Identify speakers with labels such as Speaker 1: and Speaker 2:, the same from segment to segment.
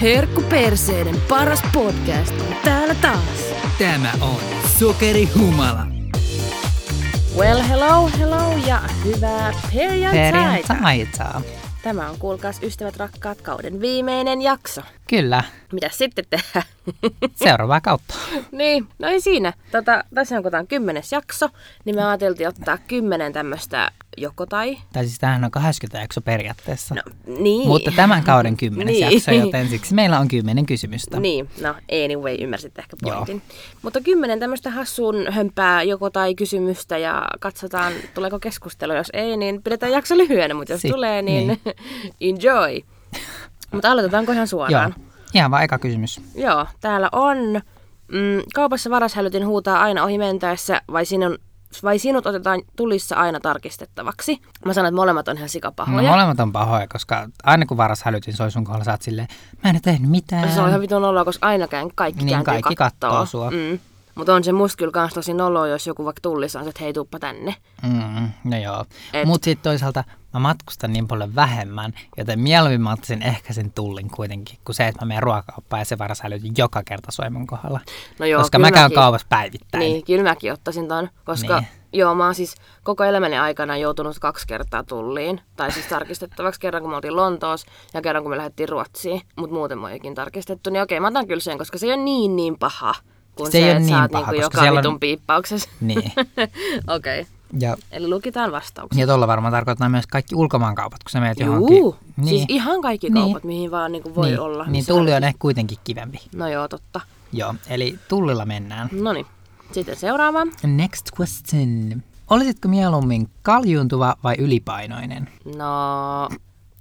Speaker 1: Herkku Perseiden paras podcast on täällä taas.
Speaker 2: Tämä on Sokerihumala.
Speaker 1: Well, hello, hello ja hyvää perjantaita.
Speaker 2: Perjantaita.
Speaker 1: Tämä on kuulkaas ystävät rakkaat kauden viimeinen jakso.
Speaker 2: Kyllä,
Speaker 1: Mitä sitten tehdään?
Speaker 2: seuraavaa kautta.
Speaker 1: niin, no ei siinä. Tota, tässä on kotaan kymmenes jakso, niin me ajateltiin ottaa kymmenen tämmöistä joko tai.
Speaker 2: Tai siis tämähän on 80 jakso periaatteessa.
Speaker 1: No, niin.
Speaker 2: Mutta tämän kauden kymmenes
Speaker 1: Niin.
Speaker 2: jakso, joten siksi meillä on kymmenen kysymystä.
Speaker 1: Niin, no anyway, ymmärsit ehkä
Speaker 2: Joo.
Speaker 1: pointin. Mutta kymmenen tämmöistä hassun hömpää joko tai kysymystä ja katsotaan tuleeko keskustelu. Jos ei, niin pidetään jakso lyhyenä, mutta jos
Speaker 2: Sit-
Speaker 1: tulee, niin, enjoy. Mutta aloitetaanko ihan
Speaker 2: Joo.
Speaker 1: suoraan?
Speaker 2: Ihan vaan eka kysymys.
Speaker 1: Joo. Joo täällä on. Mm, kaupassa varashälytin huutaa aina ohi mentäessä vai sinun vai sinut otetaan tulissa aina tarkistettavaksi? Mä sanon, että molemmat on ihan
Speaker 2: No,
Speaker 1: sikapahoja.
Speaker 2: molemmat on pahoja, koska aina kun varas hälytin soi sun kohdalla, sä oot silleen, mä en ole tehnyt mitään.
Speaker 1: Se on ihan vitun oloa, koska ainakaan kaikki
Speaker 2: Niin,
Speaker 1: kääntyy
Speaker 2: kaikki
Speaker 1: kattoo.
Speaker 2: kattoo sua.
Speaker 1: Mm. Mutta on se musta kyllä kans tosi noloa, jos joku vaikka tullissa on se, että hei tuuppa tänne.
Speaker 2: Mm, no joo.
Speaker 1: Et-
Speaker 2: Mutta sitten toisaalta mä matkustan niin paljon vähemmän, joten mieluummin mä ottaisin ehkä sen tullin kuitenkin, kuin se, että mä menen ruokakauppaan ja se varas hälytin joka kerta soi mun kohdalla.
Speaker 1: No joo,
Speaker 2: koska
Speaker 1: kyllä
Speaker 2: mä käyn
Speaker 1: mäkin-
Speaker 2: kaupassa päivittäin.
Speaker 1: Niin, kyllä mäkin ottaisin ton, koska
Speaker 2: Niin.
Speaker 1: joo, mä oon siis koko elämäni aikana joutunut kaksi kertaa tulliin. Tai siis tarkistettavaksi kerran, kun me oltiin Lontoossa ja kerran, kun me lähdettiin Ruotsiin. Mutta muuten mä oonkin tarkistettu, niin okei, mä otan kyllä sen, koska se ei ole niin niin paha. Kun se,
Speaker 2: Se ei oo
Speaker 1: että
Speaker 2: niin
Speaker 1: sä oot
Speaker 2: paha,
Speaker 1: niinku
Speaker 2: koska
Speaker 1: joka
Speaker 2: siellä on-
Speaker 1: vitun piippauksessa.
Speaker 2: niin.
Speaker 1: okei,
Speaker 2: Ja,
Speaker 1: eli lukitaan vastauksia.
Speaker 2: ja tuolla varmaan tarkoittaa myös kaikki ulkomaankaupat, kun sä menet johonkin.
Speaker 1: Juu, niin. siis ihan kaikki
Speaker 2: Niin.
Speaker 1: kaupat, mihin vaan niinku voi
Speaker 2: niin,
Speaker 1: olla.
Speaker 2: Niin
Speaker 1: missä
Speaker 2: tulli on ehkä kuitenkin kivempi.
Speaker 1: No joo, totta.
Speaker 2: Joo, eli tullilla mennään.
Speaker 1: No niin, sitten seuraava.
Speaker 2: Next question. Olisitko mieluummin kaljuuntuva vai ylipainoinen?
Speaker 1: No,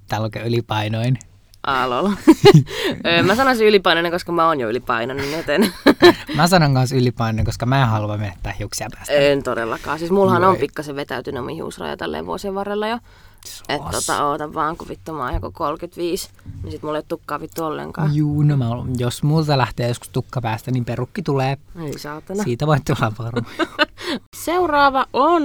Speaker 2: Täällä lukee ylipainoin.
Speaker 1: aloilla. Öö, mä sanoisin ylipainoinen, koska mä oon jo ylipainoinen, joten
Speaker 2: Mä sanon kanssa ylipainoinen, koska mä en halua menettää hiuksia tästä.
Speaker 1: en todellakaan. Siis mullahan on pikkasen vetäytynyt mun hiusraja tälleen vuosien varrella jo. Että tota, ootan vaan, kun vittu mä oon joku 35, niin sit mulla ei oo tukkaa vittu ollenkaan.
Speaker 2: Juu, no mä, jos multa lähtee joskus tukka päästä, niin perukki tulee.
Speaker 1: Ei saatana.
Speaker 2: Siitä voi tulla varma.
Speaker 1: Seuraava on,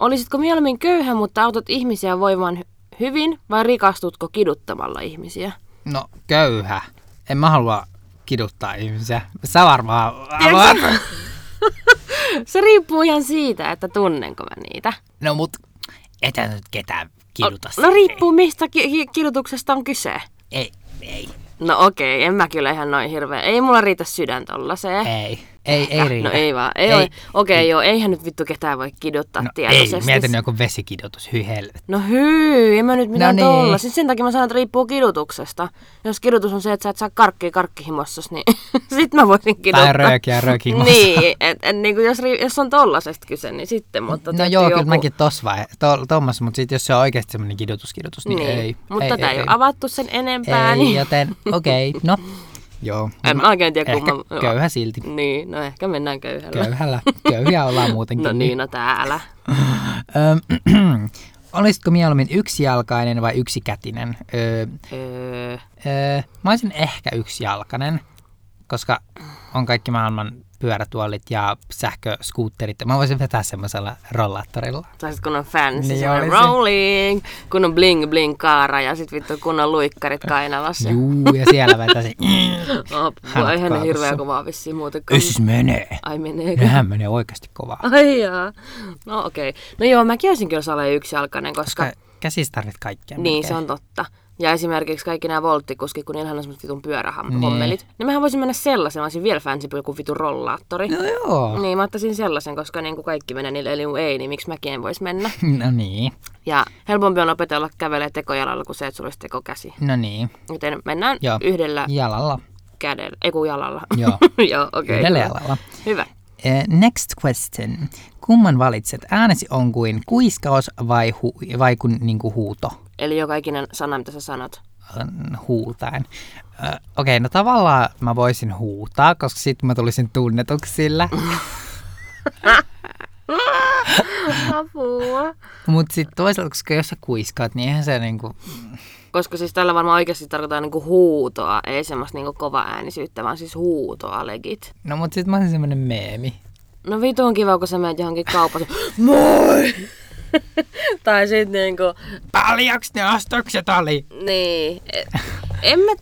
Speaker 1: olisitko mieluummin köyhä, mutta autat ihmisiä voimaan hy- hyvin, vai rikastutko kiduttamalla ihmisiä?
Speaker 2: No, köyhä. En mä halua kiduttaa ihmisiä. Sä varmaan haluat.
Speaker 1: Se riippuu ihan siitä, että tunnenko mä niitä.
Speaker 2: No mut, etä nyt ketään kiduta.
Speaker 1: No riippuu mistä ki- ki- kidutuksesta on kyse.
Speaker 2: Ei, ei,
Speaker 1: No okei, en mä kyllä ihan noin hirveä. Ei mulla riitä sydän tollaiseen.
Speaker 2: ei. Ei, ei riitä.
Speaker 1: Eh. No ei vaan. Ei, ei. Okei, okay, joo, eihän nyt vittu ketään voi kiduttaa
Speaker 2: No, ei,
Speaker 1: tietoisesti.
Speaker 2: mietin joku vesikidutus, hyi helvet.
Speaker 1: No hyy, en mä nyt mitään
Speaker 2: No
Speaker 1: no
Speaker 2: niin.
Speaker 1: niin. tolla. Siis sen takia mä sanon, että riippuu kidutuksesta. Jos kidutus on se, että sä et saa karkkia karkkihimossas, niin sit mä voisin kiduttaa.
Speaker 2: Tai röökiä röökimossa.
Speaker 1: Niin, et, et, niin kuin jos, ri- jos on tollasesta kyse, niin sitten. Mutta
Speaker 2: No
Speaker 1: tietysti
Speaker 2: joo,
Speaker 1: joku...
Speaker 2: kyllä mäkin tossa vai, to, tommas, mutta sit jos se on oikeasti semmonen kidutuskidutus, niin,
Speaker 1: Niin,
Speaker 2: ei.
Speaker 1: mutta
Speaker 2: ei,
Speaker 1: tätä ei,
Speaker 2: ei,
Speaker 1: ole avattu sen enempää.
Speaker 2: Ei,
Speaker 1: niin...
Speaker 2: joten okei, okay, no. Joo.
Speaker 1: En mä oikein tiedä,
Speaker 2: Ehkä
Speaker 1: kun mä...
Speaker 2: köyhä silti.
Speaker 1: Niin, no ehkä mennään köyhällä.
Speaker 2: Köyhällä. Köyhiä ollaan muutenkin.
Speaker 1: No niin, no täällä.
Speaker 2: Öm, olisitko mieluummin yksijalkainen vai yksikätinen? Öö,
Speaker 1: Öö,
Speaker 2: öö, mä olisin ehkä yksijalkainen, koska on kaikki maailman pyörätuolit ja sähköskuutterit. Mä voisin vetää semmoisella rollaattorilla.
Speaker 1: tai sit kun on fancy,
Speaker 2: Niin
Speaker 1: niin on
Speaker 2: olisi.
Speaker 1: rolling, kun on bling bling kaara ja sit vittu kun on luikkarit kainalassa.
Speaker 2: Juu, ja siellä vetäisin.
Speaker 1: Apua,
Speaker 2: Hanat
Speaker 1: eihän ne
Speaker 2: kaulassa.
Speaker 1: hirveä kovaa vissiin muutenkaan.
Speaker 2: Ys siis menee.
Speaker 1: Ai Ah, meneekö?
Speaker 2: Nehän menee oikeasti kovaa.
Speaker 1: Ai jaa. No okei. Okay. No joo, mäkin olisin kyllä saleen yksijalkainen, koska...
Speaker 2: Koska käsis tarvit kaikkea.
Speaker 1: Niin,
Speaker 2: melkein.
Speaker 1: se on totta. Ja esimerkiksi kaikki nämä volttikuskit, kun niillähän on semmoset vitun
Speaker 2: Niin.
Speaker 1: pyörähommelit. Niin. niin mähän voisin mennä sellaisen, mä olisin vielä fancy kuin vitun rollaattori.
Speaker 2: No joo.
Speaker 1: Niin, mä ottaisin sellaisen, koska niin kuin kaikki menee niille, eli mun ei, niin miksi mäkin en voisi mennä.
Speaker 2: No niin,
Speaker 1: Ja helpompi on opetella kävelee tekojalalla kuin se, että sulla olisi tekokäsi.
Speaker 2: no niin.
Speaker 1: Joten mennään
Speaker 2: Joo.
Speaker 1: Joo. yhdellä
Speaker 2: Jalalla.
Speaker 1: kädellä, ei kun jalalla.
Speaker 2: Joo.
Speaker 1: Joo, okei.
Speaker 2: Yhdellä
Speaker 1: Okay,
Speaker 2: jalalla.
Speaker 1: Hyvä.
Speaker 2: Eh, Next question. Kumman valitset? Äänesi on kuin kuiskaus vai, hu, vai kun niin kuin huuto?
Speaker 1: Eli joka ikinen sana, mitä sä sanot.
Speaker 2: Mm, Huultaen. Ö, Okei, okay, no tavallaan mä voisin huutaa, koska sitten mä tulisin tunnetuksi sillä.
Speaker 1: Apua.
Speaker 2: Mutta sitten toisaalta, koska jos sä kuiskaat, niin eihän se niinku...
Speaker 1: Koska siis tällä varmaan oikeasti tarkoittaa niinku huutoa, ei semmoista niinku kovaa äänisyyttä, vaan siis huutoa legit.
Speaker 2: No mut sitten mä olisin semmonen meemi.
Speaker 1: No vitun kiva, kun sä menet johonkin kauppaan. Moi! tai sitten niinku,
Speaker 2: Paljaks ne ostokset oli?
Speaker 1: niin, e- en mä,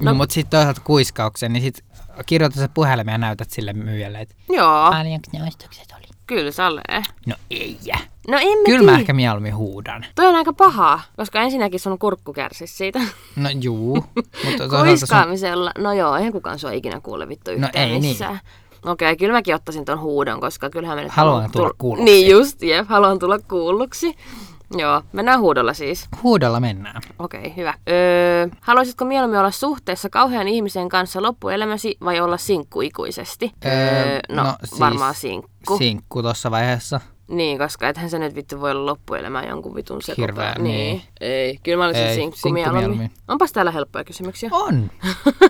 Speaker 2: No, no mutta sitten toisaalta kuiskauksen, niin sit kirjoita se puhelimeen ja näytät sille myyjälle, että
Speaker 1: joo,
Speaker 2: paljonko ne ostokset oli?
Speaker 1: kyllä salee.
Speaker 2: No niin. ei.
Speaker 1: No en mä
Speaker 2: Kyllä mä
Speaker 1: tiedä.
Speaker 2: ehkä mieluummin huudan.
Speaker 1: Toi on aika pahaa, koska ensinnäkin sun kurkku kärsisi siitä
Speaker 2: No juu, mutta toisaalta sun...
Speaker 1: kuiskaamisella. No joo, eihän kukaan sua ikinä kuule vittu yhtään
Speaker 2: ei niin.
Speaker 1: missään. Okei, okay, kyllä mäkin ottaisin ton huudon, koska kyllähän me nyt...
Speaker 2: Haluan
Speaker 1: haluan
Speaker 2: tulla
Speaker 1: tull-
Speaker 2: kuulluksi.
Speaker 1: Niin just, jep, haluan tulla kuulluksi. Joo, mennään huudolla siis.
Speaker 2: Huudolla mennään.
Speaker 1: Okei, okay, hyvä. Öö, haluaisitko mieluummin olla suhteessa kauhean ihmisen kanssa loppuelämäsi vai olla sinkku ikuisesti?
Speaker 2: Öö,
Speaker 1: no,
Speaker 2: no siis-
Speaker 1: varmaan sinkku. Si-
Speaker 2: Sinkku tuossa vaiheessa.
Speaker 1: niin, koska ethän sä nyt vittu voi olla loppuelämää jonkun vitun sekopäin.
Speaker 2: Hirveä, niin.
Speaker 1: Ei, kyllä mä olisin
Speaker 2: Ei,
Speaker 1: sinkku
Speaker 2: sinkku
Speaker 1: mieluummin.
Speaker 2: mieluummin.
Speaker 1: Onpas täällä helppoja kysymyksiä.
Speaker 2: On.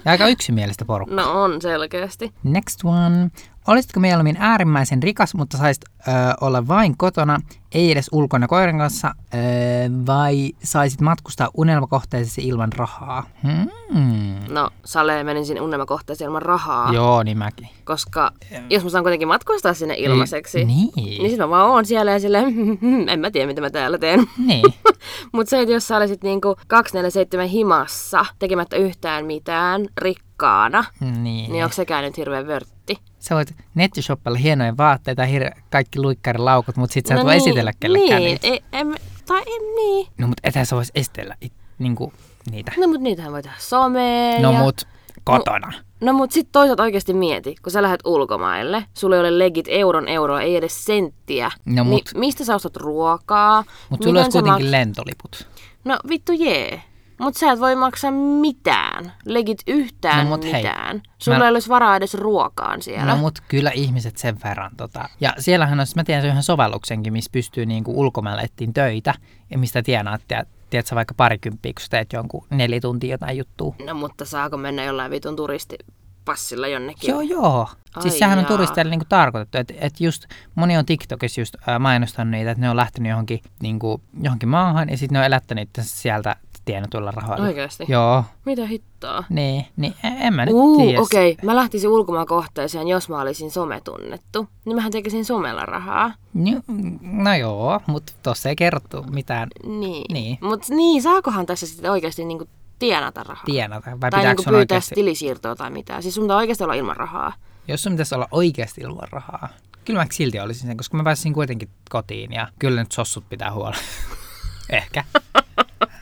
Speaker 2: Ja aika yksimielistä porukkaa.
Speaker 1: No on selkeästi.
Speaker 2: Next one. Olisitko mieluummin äärimmäisen rikas, mutta saisit ö, olla vain kotona, ei edes ulkona koiran kanssa, ö, vai saisit matkustaa unelmakohteeseen ilman rahaa? Hmm.
Speaker 1: No, Sale menin sinne unelmakohteeseen ilman rahaa, Joo.
Speaker 2: Joo, niin mäkin.
Speaker 1: koska jos mä saan kuitenkin matkustaa sinne ilmaiseksi, niin,
Speaker 2: Niin.
Speaker 1: niin
Speaker 2: Niin.
Speaker 1: sit mä vaan oon siellä ja silleen, en mä tiedä mitä mä täällä teen.
Speaker 2: niin.
Speaker 1: Mutta se, että jos sä olisit niinku 247 himassa tekemättä yhtään mitään rikkaana,
Speaker 2: niin.
Speaker 1: niin onko sekään nyt hirveän vörtti?
Speaker 2: Sä voit nettishoppailla hienoja vaatteita, hir- kaikki luikkarilaukut, mutta sit sä et
Speaker 1: No
Speaker 2: voi esitellä kellekään
Speaker 1: Niin,
Speaker 2: niitä.
Speaker 1: ei, en, tai en niin.
Speaker 2: No mut ethän sä vois estellä it, niinku, niitä.
Speaker 1: No mut niitähän voi tehdä someen.
Speaker 2: No
Speaker 1: ja...
Speaker 2: mut kotona.
Speaker 1: No mut sit toisaalta oikeasti mieti, kun sä lähdet ulkomaille, sulla ei ole legit euron euroa, ei edes senttiä.
Speaker 2: No mut-
Speaker 1: Niin, mistä sä ostat ruokaa?
Speaker 2: Mut sulla olisi
Speaker 1: Miten sä
Speaker 2: kuitenkin lentoliput.
Speaker 1: No vittu jee. Mut sä et voi maksaa mitään. Legit yhtään
Speaker 2: No mut hei.
Speaker 1: mitään. Sulla ei olisi varaa edes ruokaan siellä.
Speaker 2: No mut kyllä ihmiset sen verran tota. Ja siellähän on, siis mä tiedän sen yhden sovelluksenkin, missä pystyy niinku ulkomailla etsiin töitä ja mistä tienaat, ja tiedät sä vaikka parikymppiä, kun sä teet jonkun neljä tuntia jotain juttua.
Speaker 1: No mutta saako mennä jollain vitun turistipassilla jonnekin?
Speaker 2: Joo, joo. Siis
Speaker 1: Ai
Speaker 2: sehän on
Speaker 1: jaa.
Speaker 2: turisteille niinku tarkoitettu, että et just moni on TikTokissa just ää, mainostanut niitä, että ne on lähtenyt johonkin, niinku, johonkin maahan ja sitten ne on elättänyt itsensä sieltä tienatuilla rahoilla.
Speaker 1: Oikeesti?
Speaker 2: Joo,
Speaker 1: Mitä hittoa?
Speaker 2: niin, niin en- en mä nyt
Speaker 1: Uu,
Speaker 2: tiedä.
Speaker 1: okei. Okay. Mä lähtisin ulkomaankohteeseen, jos mä olisin sometunnettu. Niin mähän tekisin somella rahaa.
Speaker 2: Ni- No joo, mutta tossa ei kerrottu mitään
Speaker 1: Niin.
Speaker 2: Niin.
Speaker 1: Mut niin, saakohan tässä sitten oikeasti niinku tienata rahaa?
Speaker 2: tienata. Vai
Speaker 1: tai
Speaker 2: pitääkö
Speaker 1: niinku
Speaker 2: sun
Speaker 1: pyytää
Speaker 2: oikeasti,
Speaker 1: tilisiirtoa tai mitään. Siis sun pitää oikeasti olla ilman rahaa.
Speaker 2: jos sun pitäisi olla oikeasti ilman rahaa, kyllä mä silti olisin sen, koska mä pääsin kuitenkin kotiin ja kyllä nyt sossut pitää huolta. Ehkä.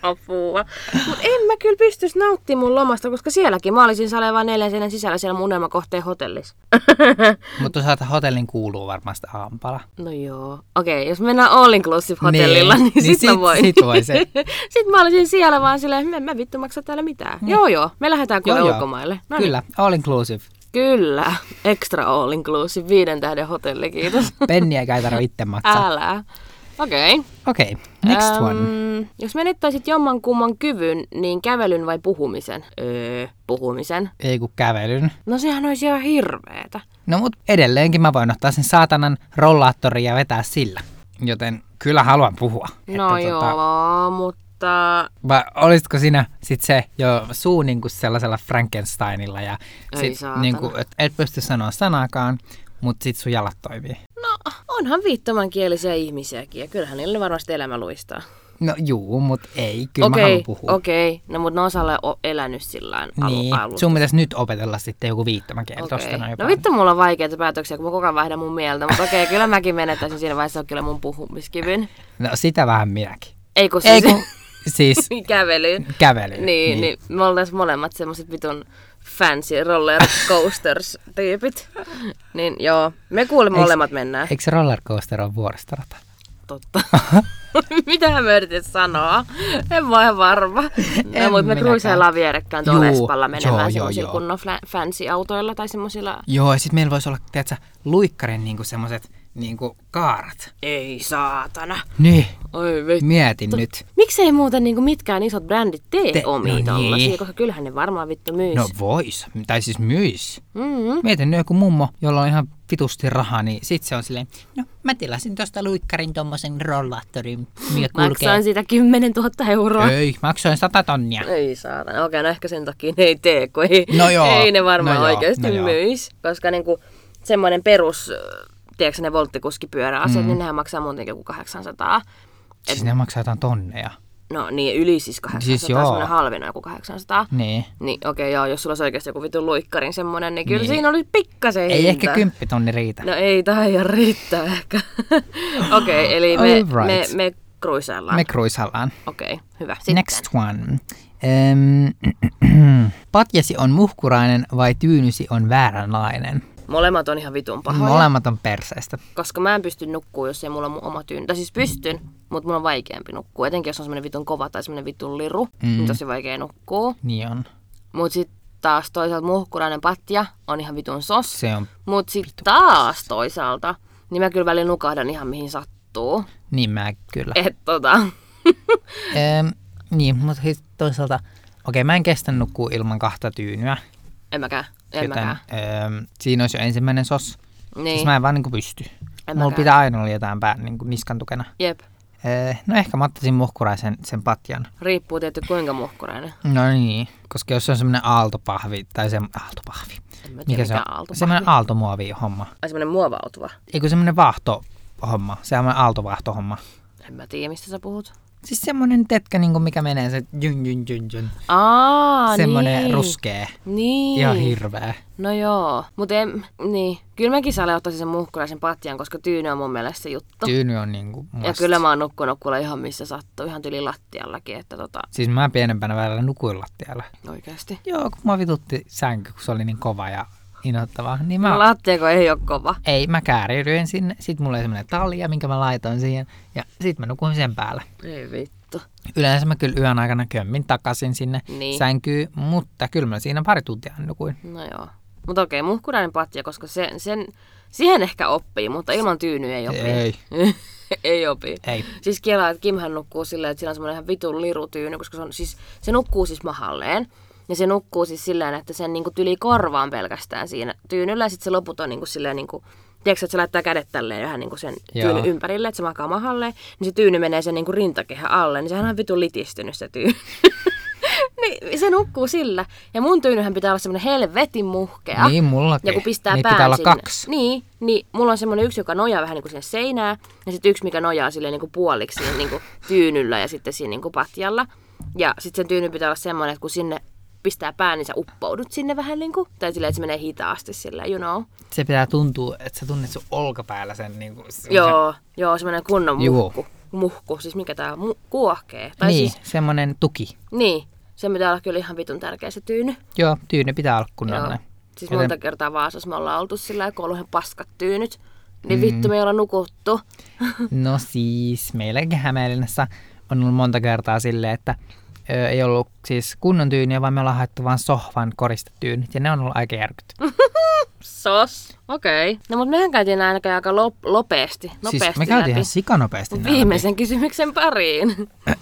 Speaker 1: Apua. Mut en mä kyllä pystyis nauttimaan mun lomasta, koska sielläkin mä olisin salevaan neljän seinän sisällä siellä mun unelmakohteen hotellissa.
Speaker 2: Mutta toisaalta hotellin kuuluu varmasti aampala.
Speaker 1: No joo. Okei, jos mennään all inclusive hotellilla, niin, niin,
Speaker 2: niin
Speaker 1: sit, mä voin.
Speaker 2: sit voi se.
Speaker 1: Sitten mä olisin siellä vaan silleen, en mä vittu maksa täällä mitään. Joo joo, me lähdetään kuule
Speaker 2: Mm. Joo, joo.
Speaker 1: ulkomaille. No
Speaker 2: Kyllä, all inclusive.
Speaker 1: Niin, kyllä, extra all inclusive, viiden tähden hotelli, kiitos.
Speaker 2: Penniäkään ei tarvitse itse maksaa.
Speaker 1: Älä. Okei. Okay.
Speaker 2: Okei, okay, next um, one.
Speaker 1: Jos menettäisit jomman kumman kyvyn, niin kävelyn vai puhumisen? Öö, puhumisen.
Speaker 2: Ei kun kävelyn.
Speaker 1: No sehän olisi ihan hirveetä.
Speaker 2: No mut edelleenkin mä voin ottaa sen saatanan rollaattorin ja vetää sillä. Joten kyllä haluan puhua.
Speaker 1: No
Speaker 2: tota-
Speaker 1: joo, mutta...
Speaker 2: Vai olisitko sinä sit se jo suu niinku sellaisella Frankensteinilla ja
Speaker 1: Ei
Speaker 2: sit
Speaker 1: saatana.
Speaker 2: niinku, et, et pysty sanoa sanaakaan, mut sit sun jalat toimii.
Speaker 1: No, onhan viittomankielisiä ihmisiäkin ja kyllähän niille varmasti elämä luistaa.
Speaker 2: No juu, mut ei, kyllä okay, mä haluan puhua.
Speaker 1: okei. Okay. No, mutta ne on osalla o- elänyt sillä alu-
Speaker 2: Niin,
Speaker 1: alusta.
Speaker 2: sun pitäisi nyt opetella sitten joku viittomakieli okay. tosta
Speaker 1: Okei.
Speaker 2: noin
Speaker 1: No
Speaker 2: vaan.
Speaker 1: vittu, mulla on vaikeita päätöksiä, kun mä koko ajan vaihdan mun mieltä, mutta okei, kyllä mäkin menettäisin siinä vaiheessa kyllä mun puhumiskyvyn.
Speaker 2: No sitä vähän minäkin.
Speaker 1: Ei kun
Speaker 2: Ei
Speaker 1: siis
Speaker 2: kun, siis
Speaker 1: kävelyyn.
Speaker 2: kävely.
Speaker 1: Niin, niin. niin, me oltais molemmat semmoset vitun fancy roller coasters tyypit. Niin joo, me kuule molemmat mennään.
Speaker 2: Eikö se rollercoaster ole vuoristorata?
Speaker 1: Totta. Mitähän me yritin sanoa? En voi ihan varma. No,
Speaker 2: En
Speaker 1: mutta me
Speaker 2: minäkään.
Speaker 1: cruiseillaan vierekkäin tuolla
Speaker 2: Juu,
Speaker 1: Espalla
Speaker 2: joo, joo,
Speaker 1: menemään semmoisilla
Speaker 2: joo.
Speaker 1: kunnon fla- fancy autoilla tai semmoisilla...
Speaker 2: Joo, ja sit meillä voisi olla, tiedätkö, luikkaren niinku semmoset niinku kaarat.
Speaker 1: Ei saatana.
Speaker 2: Niin,
Speaker 1: Oi vittu.
Speaker 2: mietin nyt.
Speaker 1: Miksei muuten niinku mitkään isot brändit tee
Speaker 2: Te-
Speaker 1: Te, omia
Speaker 2: no
Speaker 1: no
Speaker 2: niin.
Speaker 1: tollasia, koska kyllähän ne varmaan vittu myys.
Speaker 2: No vois, tai siis myis.
Speaker 1: Mm-hmm.
Speaker 2: Mietin nyt joku mummo, jolla on ihan vitusti rahaa, niin sit se on silleen, no mä tilasin tosta luikkarin tommosen rollaattorin, mikä kulkee.
Speaker 1: Maksoin siitä 10 000 euroa.
Speaker 2: Ei, maksoin sata tonnia.
Speaker 1: Ei saatana. Okei, no ehkä sen takia ne ei tee, kun ei,
Speaker 2: No joo,
Speaker 1: ei ne varmaan
Speaker 2: no joo,
Speaker 1: oikeasti
Speaker 2: no joo.
Speaker 1: myis. Koska niinku semmoinen perus, äh, tiedätkö ne volttikuskipyöräaseet, mm. niin nehän maksaa muutenkin joku 800.
Speaker 2: Siis ne maksaa jotain tonneja.
Speaker 1: No niin, yli siis 800,
Speaker 2: Siis
Speaker 1: siis
Speaker 2: joo.
Speaker 1: semmoinen halvin on joku 800.
Speaker 2: Niin.
Speaker 1: Niin okei, okay, joo, jos sulla olisi oikeasti joku vitun luikkarin semmonen, niin kyllä
Speaker 2: Niin.
Speaker 1: niin. siinä oli pikkasen
Speaker 2: Ei
Speaker 1: hintaa.
Speaker 2: ehkä kymppitonni riitä.
Speaker 1: No ei, tämä ei ole riittää ehkä. okei, okay, eli me,
Speaker 2: All right.
Speaker 1: me, me kruisaillaan.
Speaker 2: Me kruisallaan.
Speaker 1: Okei, okay, hyvä. Sitten.
Speaker 2: Next one. Öm, patjasi on muhkurainen vai tyynysi on vääränlainen?
Speaker 1: Molemmat on ihan vitun pahoja, Mole-
Speaker 2: Molemmat on perseestä.
Speaker 1: koska mä en pysty nukkuu, jos ei mulla ole mun oma tyyn. Tai siis pystyn, mutta mulla on vaikeampi nukkua. Etenkin jos on semmoinen vitun kova tai semmoinen vitun liru, mm. niin tosi vaikea nukkuu.
Speaker 2: Niin on.
Speaker 1: Mut sit taas toisaalta muhkurainen patja on ihan vitun sos.
Speaker 2: Se on,
Speaker 1: Mut sit taas toisaalta, niin mä kyllä välillä nukahdan ihan mihin sattuu.
Speaker 2: niin mä kyllä.
Speaker 1: Et tota,
Speaker 2: Öm, niin, mutta siis toisaalta, okei mä en kestä nukkua ilman kahta tyynyä.
Speaker 1: en mäkään, en
Speaker 2: Joten,
Speaker 1: mäkään.
Speaker 2: öm, siinä olisi jo ensimmäinen sos.
Speaker 1: Niin,
Speaker 2: Siis mä en vaan niinku pysty.
Speaker 1: en
Speaker 2: Mulla
Speaker 1: mäkään.
Speaker 2: pitää aina olla jotain pään niinku niskan tukena.
Speaker 1: Jep,
Speaker 2: Öö, no ehkä mä ottaisin muhkuraisen sen patjan.
Speaker 1: riippuu tietty kuinka muhkurainen.
Speaker 2: No niin, koska jos se on semmoinen aaltopahvi, tai se aaltopahvi.
Speaker 1: En mä tiedä, mikä, mikä aalto.
Speaker 2: Semmoinen aaltomuovi homma.
Speaker 1: Ai semmonen muovautuva.
Speaker 2: Eikö semmoinen vaahto homma? Semmoinen aaltovaahto homma.
Speaker 1: En mä tiedä, mistä sä puhut.
Speaker 2: Siis semmoinen tetkä, niinku mikä menee se jyn jyn jyn jyn.
Speaker 1: Aa,
Speaker 2: semmoinen
Speaker 1: niin.
Speaker 2: ruskee.
Speaker 1: Niin.
Speaker 2: Ihan hirveä.
Speaker 1: No joo, mutta en, niin. Kyllä mäkin sale ottaisin sen muhkulaisen patjan, koska tyyny on mun mielestä se juttu.
Speaker 2: Tyyny on niinku must.
Speaker 1: ja kyllä mä oon nukkunut kuule ihan missä sattuu, ihan tyli lattiallakin, että tota,
Speaker 2: Siis mä pienempänä välillä nukuin lattialla.
Speaker 1: oikeesti.
Speaker 2: Joo, kun mä vitutti sänky, kun se oli niin kova ja inhottava. Niin mä,
Speaker 1: No, lattiako ei oo kova.
Speaker 2: ei, mä kääriydyin sinne. Sitten mulla oli semmoinen talia, minkä mä laitoin siihen. Ja sit mä nukuin sen päällä.
Speaker 1: Ei vittu.
Speaker 2: Yleensä mä kyllä yön aikana kömmin takaisin sinne niin.
Speaker 1: Niin.
Speaker 2: sänkyyn, mutta kyllä mä siinä pari tuntia nukuin.
Speaker 1: No joo. Mutta okei, muhkulainen patja, koska se, sen, siihen ehkä oppii, mutta ilman tyynyä ei opi.
Speaker 2: Ei.
Speaker 1: ei opi.
Speaker 2: Ei.
Speaker 1: Siis Kela, että Kimhän nukkuu silleen, että sillä on semmoinen ihan vitun lirutyyny, koska se, on, siis, se nukkuu siis mahalleen. Ja se nukkuu siis silleen, että sen niinku tyli korvaan pelkästään siinä tyynyllä. Ja sitten se loput on niinku silleen niinku, tiedätkö, että se laittaa kädet tälleen vähän niinku sen
Speaker 2: Joo.
Speaker 1: tyynyn ympärille, että se makaa mahalleen. Niin se tyyny menee sen niinku rintakehän alle, niin sehän on vitun litistynyt se tyyny. niin se nukkuu sillä. Ja mun tyynyhän pitää olla semmoinen helvetin muhkea.
Speaker 2: Niin mullakin.
Speaker 1: Ja kun pistää
Speaker 2: Niitä
Speaker 1: pään
Speaker 2: pitää olla
Speaker 1: sinne.
Speaker 2: kaksi.
Speaker 1: Niin, niin mulla on semmoinen yksi, joka nojaa vähän niin kuin sinne seinään, ja sitten yksi, mikä nojaa silleen niin kuin puoliksi siinä niin kuin tyynyllä ja sitten siinä niin kuin patjalla. Ja sitten sen tyynyn pitää olla semmoinen, että kun sinne pistää pään, niin sä uppoudut sinne vähän niin kuin, tai silleen, että se menee hitaasti sillä, you know.
Speaker 2: Se pitää tuntua, että sä tunnet sun olkapäällä sen niinku... sen-
Speaker 1: Joo, joo, semmoinen kunnon
Speaker 2: Juu.
Speaker 1: muhku. Muhku, siis mikä tää on, mu- kuohkee. Tai
Speaker 2: niin,
Speaker 1: siis,
Speaker 2: semmonen tuki.
Speaker 1: niin, se pitää olla kyllä ihan vitun tärkeä se tyyny.
Speaker 2: Joo, tyyne pitää olla kunnollinen.
Speaker 1: Joo. Siis monta kertaa Vaasassa me ollaan oltu sillä ja kouluihin paskat tyynyt. Niin
Speaker 2: Mm.
Speaker 1: vittu, me ei olla nukuttu.
Speaker 2: No siis, meilläkin Hämeenlinnassa on ollut monta kertaa silleen, että ö, ei ollut siis kunnon tyyniä, vaan me ollaan haettu vaan sohvan koristetyynit, ja ne on ollut aika järkyt.
Speaker 1: Sos. Okei. Okay. No mutta mehän käytiin ainakin aika lop- lopeasti. Nopeasti
Speaker 2: siis me käytiin ihan
Speaker 1: läpi.
Speaker 2: sikanopeasti nää
Speaker 1: Viimeisen kysymyksen pariin.
Speaker 2: läpi.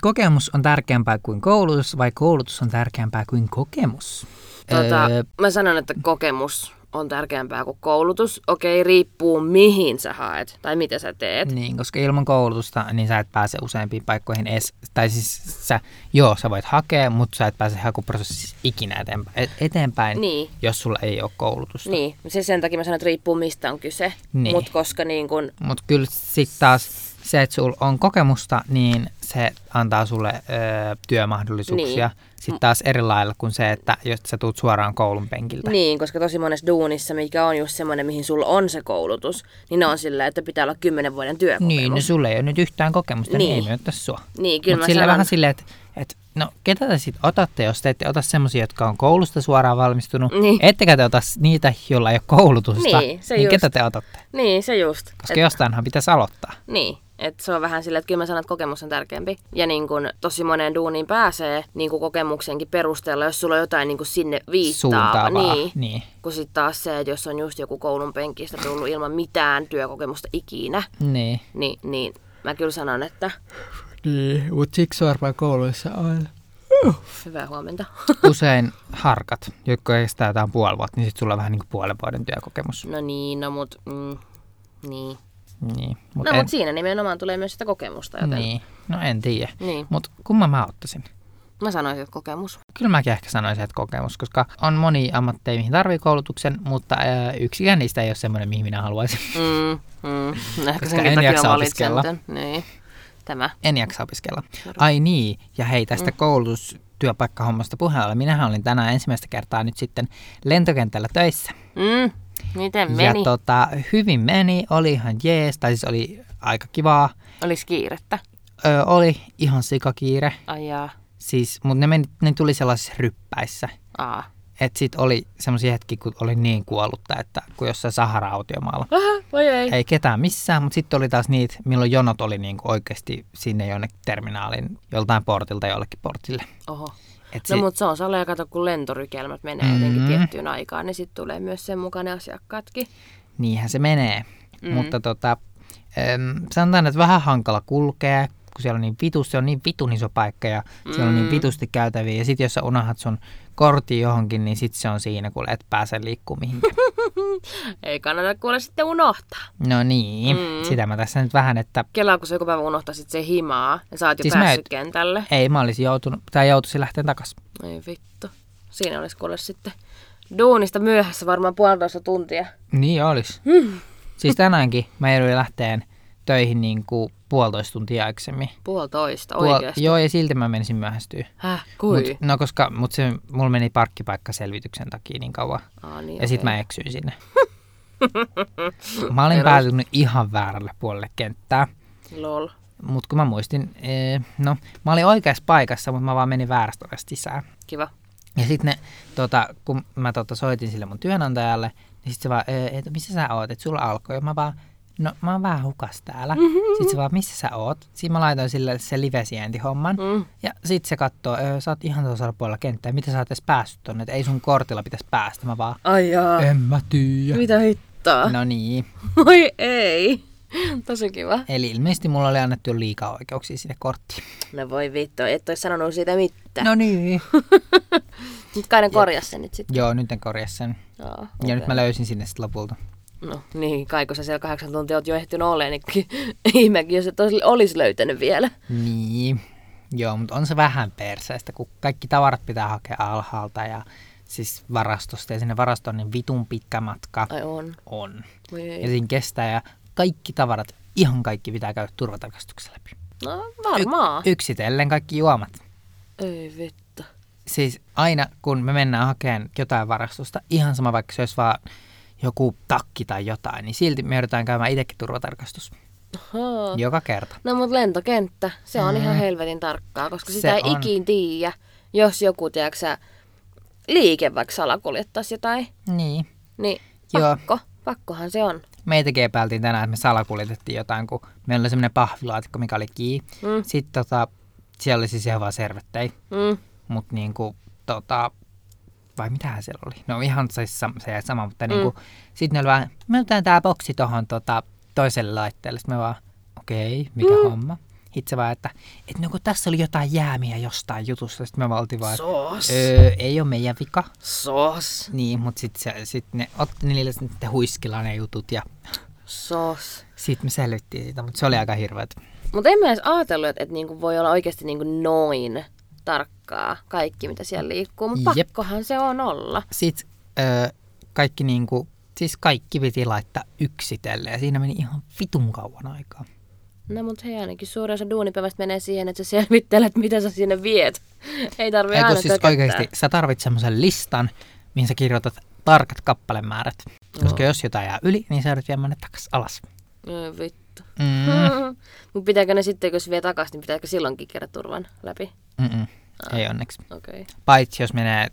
Speaker 2: Kokemus on tärkeämpää kuin koulutus, vai koulutus on tärkeämpää kuin kokemus?
Speaker 1: Tota,
Speaker 2: Öö,
Speaker 1: mä sanon, että kokemus on tärkeämpää kuin koulutus. Okei, riippuu mihin sä haet tai mitä sä teet.
Speaker 2: Niin, koska ilman koulutusta niin sä et pääse useampiin paikkoihin edes, tai siis sä, joo, sä voit hakea, mutta sä et pääse hakuprosessissa ikinä eteenpäin, et- eteenpäin
Speaker 1: Niin.
Speaker 2: jos sulla ei ole koulutusta. Niin.
Speaker 1: Niin, se sen takia mä sanon, että riippuu mistä on kyse.
Speaker 2: Niin.
Speaker 1: Mutta koska niin kun,
Speaker 2: Mutta kyllä sitten taas se, että sulla on kokemusta, niin se antaa sulle öö, työmahdollisuuksia niin. sitten taas eri lailla kuin se, että jos sä tuut suoraan koulun penkiltä.
Speaker 1: Niin, koska tosi monessa duunissa, mikä on just semmoinen, mihin sulla on se koulutus, niin ne on sillä, että pitää olla kymmenen vuoden työkokemus.
Speaker 2: Niin, no sulla ei ole nyt yhtään kokemusta, niin,
Speaker 1: Niin.
Speaker 2: niin ei myöntä sua.
Speaker 1: Niin, kyllä
Speaker 2: Mut
Speaker 1: mä
Speaker 2: sillä
Speaker 1: sanon.
Speaker 2: vähän silleen, että et, no ketä te sitten otatte, jos te ette ota semmoisia, jotka on koulusta suoraan valmistunut, niin.
Speaker 1: Niin.
Speaker 2: ettekä te ota s- niitä, joilla ei ole koulutusta,
Speaker 1: Niin, se
Speaker 2: niin
Speaker 1: just.
Speaker 2: ketä te otatte?
Speaker 1: Niin, se just.
Speaker 2: Koska Et... jostainhan pitäisi aloittaa.
Speaker 1: Niin, että se on vähän silleen, että kyllä mä sanon, että kokemus on tärkeämpi. Ja niin kun tosi moneen duuniin pääsee niin kun kokemuksenkin perusteella, jos sulla on jotain niin kun sinne viittaava.
Speaker 2: Suuntaavaa.
Speaker 1: Niin.
Speaker 2: niin.
Speaker 1: Kun sitten taas se, että jos on just joku koulun penkistä tullut ilman mitään työkokemusta ikinä,
Speaker 2: Niin.
Speaker 1: niin, niin mä kyllä sanon, että
Speaker 2: niin. Mutta siksi varmaan kouluissa on.
Speaker 1: hyvää huomenta.
Speaker 2: Usein harkat, jotka kestää jotain puoli vuotta, niin sitten sulla on vähän niin kuin puolen vuoden työkokemus.
Speaker 1: No niin, no mut, mm, niin.
Speaker 2: Niin. Mut
Speaker 1: No
Speaker 2: en,
Speaker 1: mut siinä nimenomaan tulee myös sitä kokemusta, joten niin.
Speaker 2: niin. No en tiedä.
Speaker 1: Niin.
Speaker 2: Mutta kumman mä ottaisin?
Speaker 1: mä sanoisin, että kokemus.
Speaker 2: Kyllä mäkin ehkä sanoisin, että kokemus, koska on moni ammatteja, mihin tarvii koulutuksen, mutta ää, yksikään niistä ei ole semmoinen, mihin minä haluaisin.
Speaker 1: Mm, mm. Ehkä
Speaker 2: Koska
Speaker 1: senkin
Speaker 2: en
Speaker 1: takia
Speaker 2: jaksa
Speaker 1: mä valitsen
Speaker 2: opiskella.
Speaker 1: tämän. Niin. Tämä.
Speaker 2: En jaksa opiskella. Ai niin, ja hei tästä mm. koulutustyöpaikkahommasta puheella. Minähän olin tänään ensimmäistä kertaa nyt sitten lentokentällä töissä.
Speaker 1: Mm. Miten meni?
Speaker 2: Ja tota, hyvin meni, oli ihan jees, tai siis oli aika kivaa.
Speaker 1: Olis kiirettä.
Speaker 2: Ö, oli ihan sikakiire,
Speaker 1: Ai jaa.
Speaker 2: siis, mutta ne, meni, ne tuli sellaisissa ryppäissä.
Speaker 1: Aa.
Speaker 2: Että sit oli semmoisia hetkiä, kun oli niin kuollutta, että kun jossain Sahara-autiomaalla.
Speaker 1: Voi ei.
Speaker 2: Ei ketään missään, mutta sitten oli taas niitä, milloin jonot oli niinku oikeasti sinne jonnekin terminaalin, joltain portilta jollekin portille.
Speaker 1: Oho.
Speaker 2: Et
Speaker 1: No
Speaker 2: si-
Speaker 1: mutta se on sale, kato kun lentorykelmät menee jotenkin
Speaker 2: Mm.
Speaker 1: tiettyyn aikaan, niin sitten tulee myös sen mukaan ne asiakkaatkin.
Speaker 2: niinhän se menee. Mm. Mutta tota, äm, sanotaan, että vähän hankala kulkea, kun siellä on niin vitus, se on niin vitun iso paikka ja mm. siellä on niin vitusti käytäviä. Ja sitten jos sä unohdat sun kortin johonkin, niin sitten se on siinä, kun et pääse liikkumaan mihinkään.
Speaker 1: Ei kannata kuule sitten unohtaa.
Speaker 2: No niin, mm. sitä mä tässä nyt vähän, että
Speaker 1: Kelaa, kun se joku päivä unohtaisit se himaa ja sä oot jo
Speaker 2: Siis
Speaker 1: siis
Speaker 2: mä
Speaker 1: päässyt
Speaker 2: et-
Speaker 1: kentälle.
Speaker 2: ei mä olisi joutunut, tai joutuisin lähteä takaisin.
Speaker 1: Ei vittu. Siinä olisi kuule sitten duunista myöhässä varmaan puolitoista tuntia.
Speaker 2: Niin olisi.
Speaker 1: Hmm.
Speaker 2: Siis tänäänkin mä jouduin lähteen töihin niin kuin puolitoista tuntia aikaisemmin.
Speaker 1: Puolitoista oikeesti.
Speaker 2: joo, ja silti mä menisin myöhästyä.
Speaker 1: Häh,
Speaker 2: Mut,
Speaker 1: kui?
Speaker 2: no koska, mut se, mulla meni parkkipaikka selvityksen takia niin kauan.
Speaker 1: Aa, niin,
Speaker 2: Ja sit
Speaker 1: okei.
Speaker 2: mä eksyin sinne. mä olin päätynyt ihan väärälle puolelle kenttää.
Speaker 1: Lol.
Speaker 2: Mut kun mä muistin, ee, no mä olin oikeassa paikassa, mutta mä vaan menin väärästä ovesta sisään.
Speaker 1: Kiva.
Speaker 2: Ja sitten ne, tota, kun mä tota, soitin sille mun työnantajalle, niin sitten se vaan, "Ö, että missä sä oot, että sulla alkoi. Ja mä vaan, no mä oon vähän hukas täällä.
Speaker 1: Mm-hmm.
Speaker 2: Sitten se vaan, missä sä oot? Siinä mä laitoin sille se live-sijaintihomman.
Speaker 1: Mm.
Speaker 2: Ja sitten se katsoo, "Ö, sä oot ihan toisella puolella kenttää, mitä sä oot edes päässyt tonne, että ei sun kortilla pitäisi päästä. Mä vaan,
Speaker 1: Ai jaa.
Speaker 2: en mä tiedä.
Speaker 1: Ah. Mitä hittaa?
Speaker 2: No niin.
Speaker 1: Voi ei. Tosi kiva.
Speaker 2: Eli ilmeisesti mulla oli annettu jo liikaa oikeuksia sinne korttiin.
Speaker 1: No voi vittu, et ois sanonut siitä mitään.
Speaker 2: No niin.
Speaker 1: Nyt kai ne korjas sen nyt sit.
Speaker 2: Joo, nyt en korjaa sen.
Speaker 1: Joo,
Speaker 2: Ja nyt mä löysin sinne sitten lopulta.
Speaker 1: No niin, kai kun sä siellä kahdeksan tuntia oot jo ehtinyt olemaan, niin ki- ihmekin, jos et ois- olis löytänyt vielä.
Speaker 2: Niin, joo, mutta on se vähän perseestä, kun kaikki tavarat pitää hakea alhaalta ja siis varastosta ja sinne varastoon on niin vitun pitkä matka
Speaker 1: Ai on.
Speaker 2: on.
Speaker 1: Voi
Speaker 2: Ja
Speaker 1: ei.
Speaker 2: siinä kestää ja kaikki tavarat, ihan kaikki pitää käydä turvatarkastuksen läpi.
Speaker 1: No varmaan.
Speaker 2: Yksitellen kaikki juomat.
Speaker 1: Ei vittu.
Speaker 2: Siis aina kun me mennään hakemaan jotain varastosta, ihan sama vaikka se olisi vaan joku takki tai jotain, niin silti me joudutaan käymään itsekin turvatarkastus
Speaker 1: Ahaa.
Speaker 2: joka kerta.
Speaker 1: No mut lentokenttä, se on ihan helvetin tarkkaa, koska
Speaker 2: Mm. Se
Speaker 1: sitä ei
Speaker 2: on.
Speaker 1: ikin tiedä, jos joku, tiedätkö sä, liike vaikka salakuljettaisi jotain,
Speaker 2: Niin.
Speaker 1: niin
Speaker 2: Joo.
Speaker 1: pakko, pakkohan se on.
Speaker 2: meitäkin epäiltiin tänään, että me salakuljetettiin jotain, kun meillä oli semmoinen pahvilaatikko, mikä oli kiinni. Mm. Sitten tota, siellä oli siis ihan vaan servettei,
Speaker 1: Mm.
Speaker 2: mutta niinku, tota, vai mitähän siellä oli? No ihan se, sam- se jäi sama, mutta niinku, sitten ne oli vaan, me otetaan tää boksi tohon tota, toiselle laitteelle. Sitten me vaan, okei, okay, mikä mm. homma? Itse vaan, että et no kun tässä oli jotain jäämiä jostain jutusta, sitten me vaan oltiin vaan,
Speaker 1: Sos.
Speaker 2: öö, ei ole meidän vika.
Speaker 1: Sos.
Speaker 2: Niin, mutta sitten sit ne otti niille sitten huiskilla ne jutut ja
Speaker 1: Sos.
Speaker 2: sitten me selvittiin siitä, mutta se oli aika hirveet.
Speaker 1: Mutta en mä edes ajatellut, että, että niinku voi olla oikeasti niinku noin tarkkaa kaikki, mitä siellä liikkuu, mutta
Speaker 2: Jep.
Speaker 1: pakkohan se on olla.
Speaker 2: Sitten öö, kaikki niinku, siis kaikki piti laittaa yksitelle ja siinä meni ihan vitun kauan aikaa.
Speaker 1: No mut hei ainakin suurin osa duunipäivästä menee siihen, että sä selvittelet, mitä sä sinne viet. Ei tarvi
Speaker 2: Ei
Speaker 1: aina
Speaker 2: kun siis
Speaker 1: tököttää.
Speaker 2: oikeasti sä tarvit semmoisen listan, mihin sä kirjoitat tarkat kappalemäärät. Koska jos jotain jää yli, niin sä joudut viemään ne takas alas.
Speaker 1: Ei vittu.
Speaker 2: Mm.
Speaker 1: Mm. Mut pitääkö ne sitten, kun se vie takaisin, niin pitääkö silloinkin käydä turvan läpi?
Speaker 2: Mm-mm. Ei onneksi.
Speaker 1: Okei. Okay.
Speaker 2: Paitsi jos menee,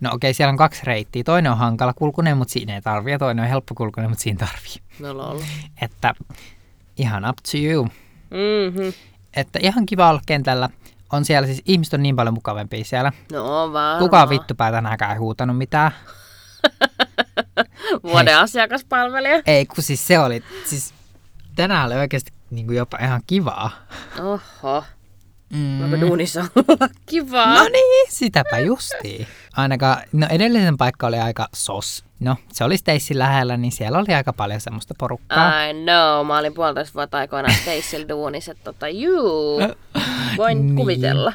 Speaker 2: no okei siellä on kaksi reittiä. Toinen on hankala kulkunen, mutta siinä ei tarvii. Ja toinen on helppo kulkunen, mutta siinä tarvii.
Speaker 1: No lol.
Speaker 2: Että ihan up to you.
Speaker 1: Mm-hmm.
Speaker 2: että ihan kiva olla kentällä. On siellä siis, ihmiset on niin paljon mukavampia siellä.
Speaker 1: No on varmaan.
Speaker 2: Kukaan vittupää tänäänkään ei huutanut mitään.
Speaker 1: Vuoden asiakaspalvelija.
Speaker 2: Ei, kun siis se oli, siis tänään oli oikeasti niin kuin jopa ihan kivaa.
Speaker 1: Oho.
Speaker 2: Mm.
Speaker 1: Onko duunissa olla kivaa?
Speaker 2: No niin, sitäpä justiin. Ainakaan, no edellisen paikka oli aika sos. No, se oli Stacein lähellä, niin siellä oli aika paljon semmoista porukkaa.
Speaker 1: I know, mä olin puolitoista vuotta aikoinaan Stacel duunissa, että tota juu, voin
Speaker 2: Niin.
Speaker 1: kuvitella.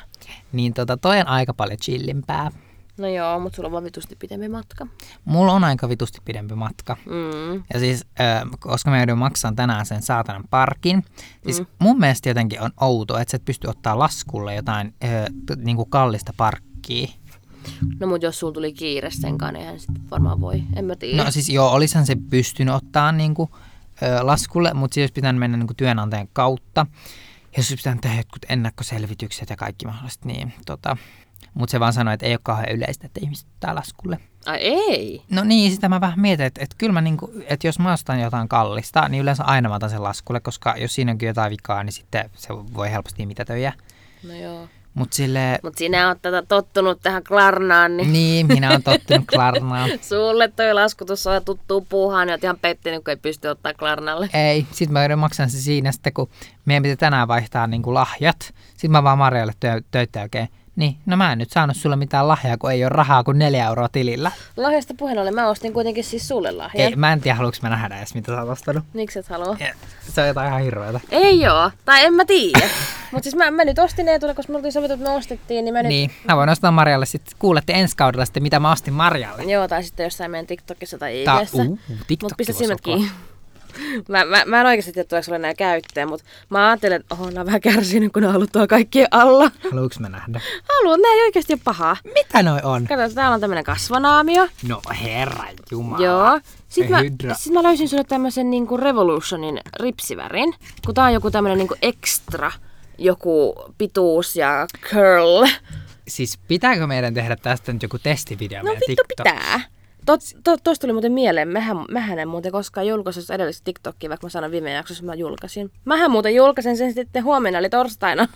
Speaker 2: Niin tota, toi on aika paljon chillimpää.
Speaker 1: No joo, mutta sulla on vaan vitusti pitempi matka.
Speaker 2: Mulla on aika vitusti pidempi matka.
Speaker 1: Mm.
Speaker 2: Ja siis, äh, koska mä joudun maksamaan tänään sen saatanan parkin, siis mm. mun mielestä jotenkin on outoa, että sä et pysty ottaa laskulle jotain äh, t- niinku kallista parkkia.
Speaker 1: No mut jos sulla tuli kiire senkaan, eihän sitten varmaan voi. En mä tiedä.
Speaker 2: No siis joo, olisahan se pystynyt ottaa niinku, ö, laskulle, mutta siis olisi pitänyt mennä niinku työnantajan kautta. Ja jos olisi pitänyt tehdä jotkut ennakkoselvitykset ja kaikki mahdolliset, niin tota... Mutta se vaan sanoi, että ei ole kauhean yleistä, että ihmiset ottaa laskulle.
Speaker 1: Ai ei!
Speaker 2: No niin, sitä mä vähän mietin, että, että kyllä mä niinku, että jos mä ostan jotain kallista, niin yleensä aina mä otan sen laskulle, koska jos siinä onkin jotain vikaa, niin sitten se voi helposti mitätöjä.
Speaker 1: No joo.
Speaker 2: Mutta sille
Speaker 1: Mut sinä oot tätä tottunut tähän Klarnaan, niin
Speaker 2: niin, minä olen tottunut Klarnaan.
Speaker 1: sulle toi laskutus on tuttu puuhaan, ja oot ihan pettynyt, kun ei pysty ottaa Klarnalle.
Speaker 2: Ei, sit mä joudun maksamaan se siinä sitten, kun meidän piti tänään vaihtaa niin kuin lahjat. Sit mä vaan Marjalle tö- töitä oikein. Niin, no mä en nyt saanut sulle mitään lahjaa, kun ei ole rahaa kuin neljä euroa tilillä.
Speaker 1: Lahjasta puheen ollen, mä ostin kuitenkin siis sulle lahjan.
Speaker 2: Ei, mä en tiedä, haluanko mä nähdä edes, mitä sä oot ostanut.
Speaker 1: Miksi et halua?
Speaker 2: Eh, Se on jotain ihan hirveätä.
Speaker 1: Ei joo, tai en mä tiedä. Mut siis mä, mä nyt ostin Eetulle, koska me oltiin sovittu, että me ostettiin, niin mä nyt...
Speaker 2: Niin, mä voin ostaa Marjalle sitten. Kuulette ensi kaudella sitten, mitä mä ostin Marjalle.
Speaker 1: Joo, tai sitten jossain meidän TikTokissa tai
Speaker 2: Tää,
Speaker 1: IGssä.
Speaker 2: uu,
Speaker 1: Mut
Speaker 2: TikTokki
Speaker 1: pistä
Speaker 2: voisi
Speaker 1: silmät
Speaker 2: olla
Speaker 1: kiinni. Mä, mä, mä en oikeasti tiedä, tuleeko sulle nää käyttöön, mutta mä ajattelen, että oho, nää on vähän kärsinyt, kun ne on ollut tuolla kaikkien alla.
Speaker 2: kova. Haluanko mä nähdä?
Speaker 1: Haluan, nää ei oikeasti ole pahaa.
Speaker 2: Mitä noi on?
Speaker 1: Kato, täällä on tämmönen kasvanaamio.
Speaker 2: No herra jumala.
Speaker 1: Joo. Sitten mä,
Speaker 2: Hydra.
Speaker 1: sit mä löysin sulle tämmöisen niinku Revolutionin ripsivärin, kun tää on joku tämmönen niinku extra, joku pituus ja curl.
Speaker 2: Siis pitääkö meidän tehdä tästä nyt joku testivideo
Speaker 1: No
Speaker 2: meidän
Speaker 1: vittu
Speaker 2: TikTok-
Speaker 1: pitää. Tot, to, tosta tuli muuten mieleen, mähän, mähän en muuten koskaan julkaisut edellistä TikTokia, vaikka mä sanon viime jaksossa, mä julkaisin. Mähän muuten julkaisen sen sitten huomenna, eli torstaina.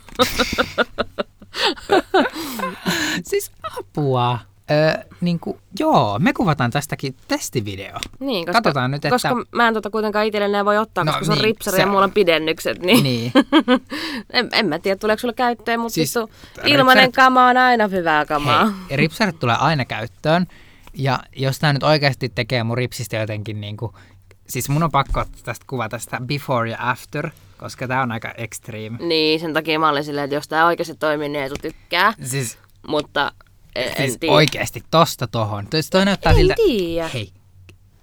Speaker 2: Siis apua. Öö, niin kuin, joo, me kuvataan tästäkin testivideo.
Speaker 1: Niin, koska,
Speaker 2: Katsotaan nyt, että...
Speaker 1: koska mä en tota kuitenkaan itselleen voi ottaa,
Speaker 2: No
Speaker 1: koska se on
Speaker 2: niin,
Speaker 1: ripsari
Speaker 2: se
Speaker 1: ja
Speaker 2: on.
Speaker 1: mulla on pidennykset, niin,
Speaker 2: Niin,
Speaker 1: en, en, mä tiedä tuleeko sulla käyttöön, mutta
Speaker 2: Siis
Speaker 1: siis, ilmanen
Speaker 2: ripsarit-
Speaker 1: kama on aina hyvää kamaa.
Speaker 2: hei, ripsarit tulee aina käyttöön. Ja jos tää nyt oikeasti tekee mun ripsistä jotenkin niin kuin, siis mun on pakko ottaa tästä kuva tästä before ja after, koska tää on aika extreme.
Speaker 1: Niin, sen takia mä olin silleen, että jos tää oikeasti toimii, niin Eetu tykkää,
Speaker 2: Siis,
Speaker 1: mutta en,
Speaker 2: siis
Speaker 1: en tiedä.
Speaker 2: oikeasti tosta tohon. Siis toi näyttää
Speaker 1: En
Speaker 2: siltä,
Speaker 1: tiedä.
Speaker 2: hei,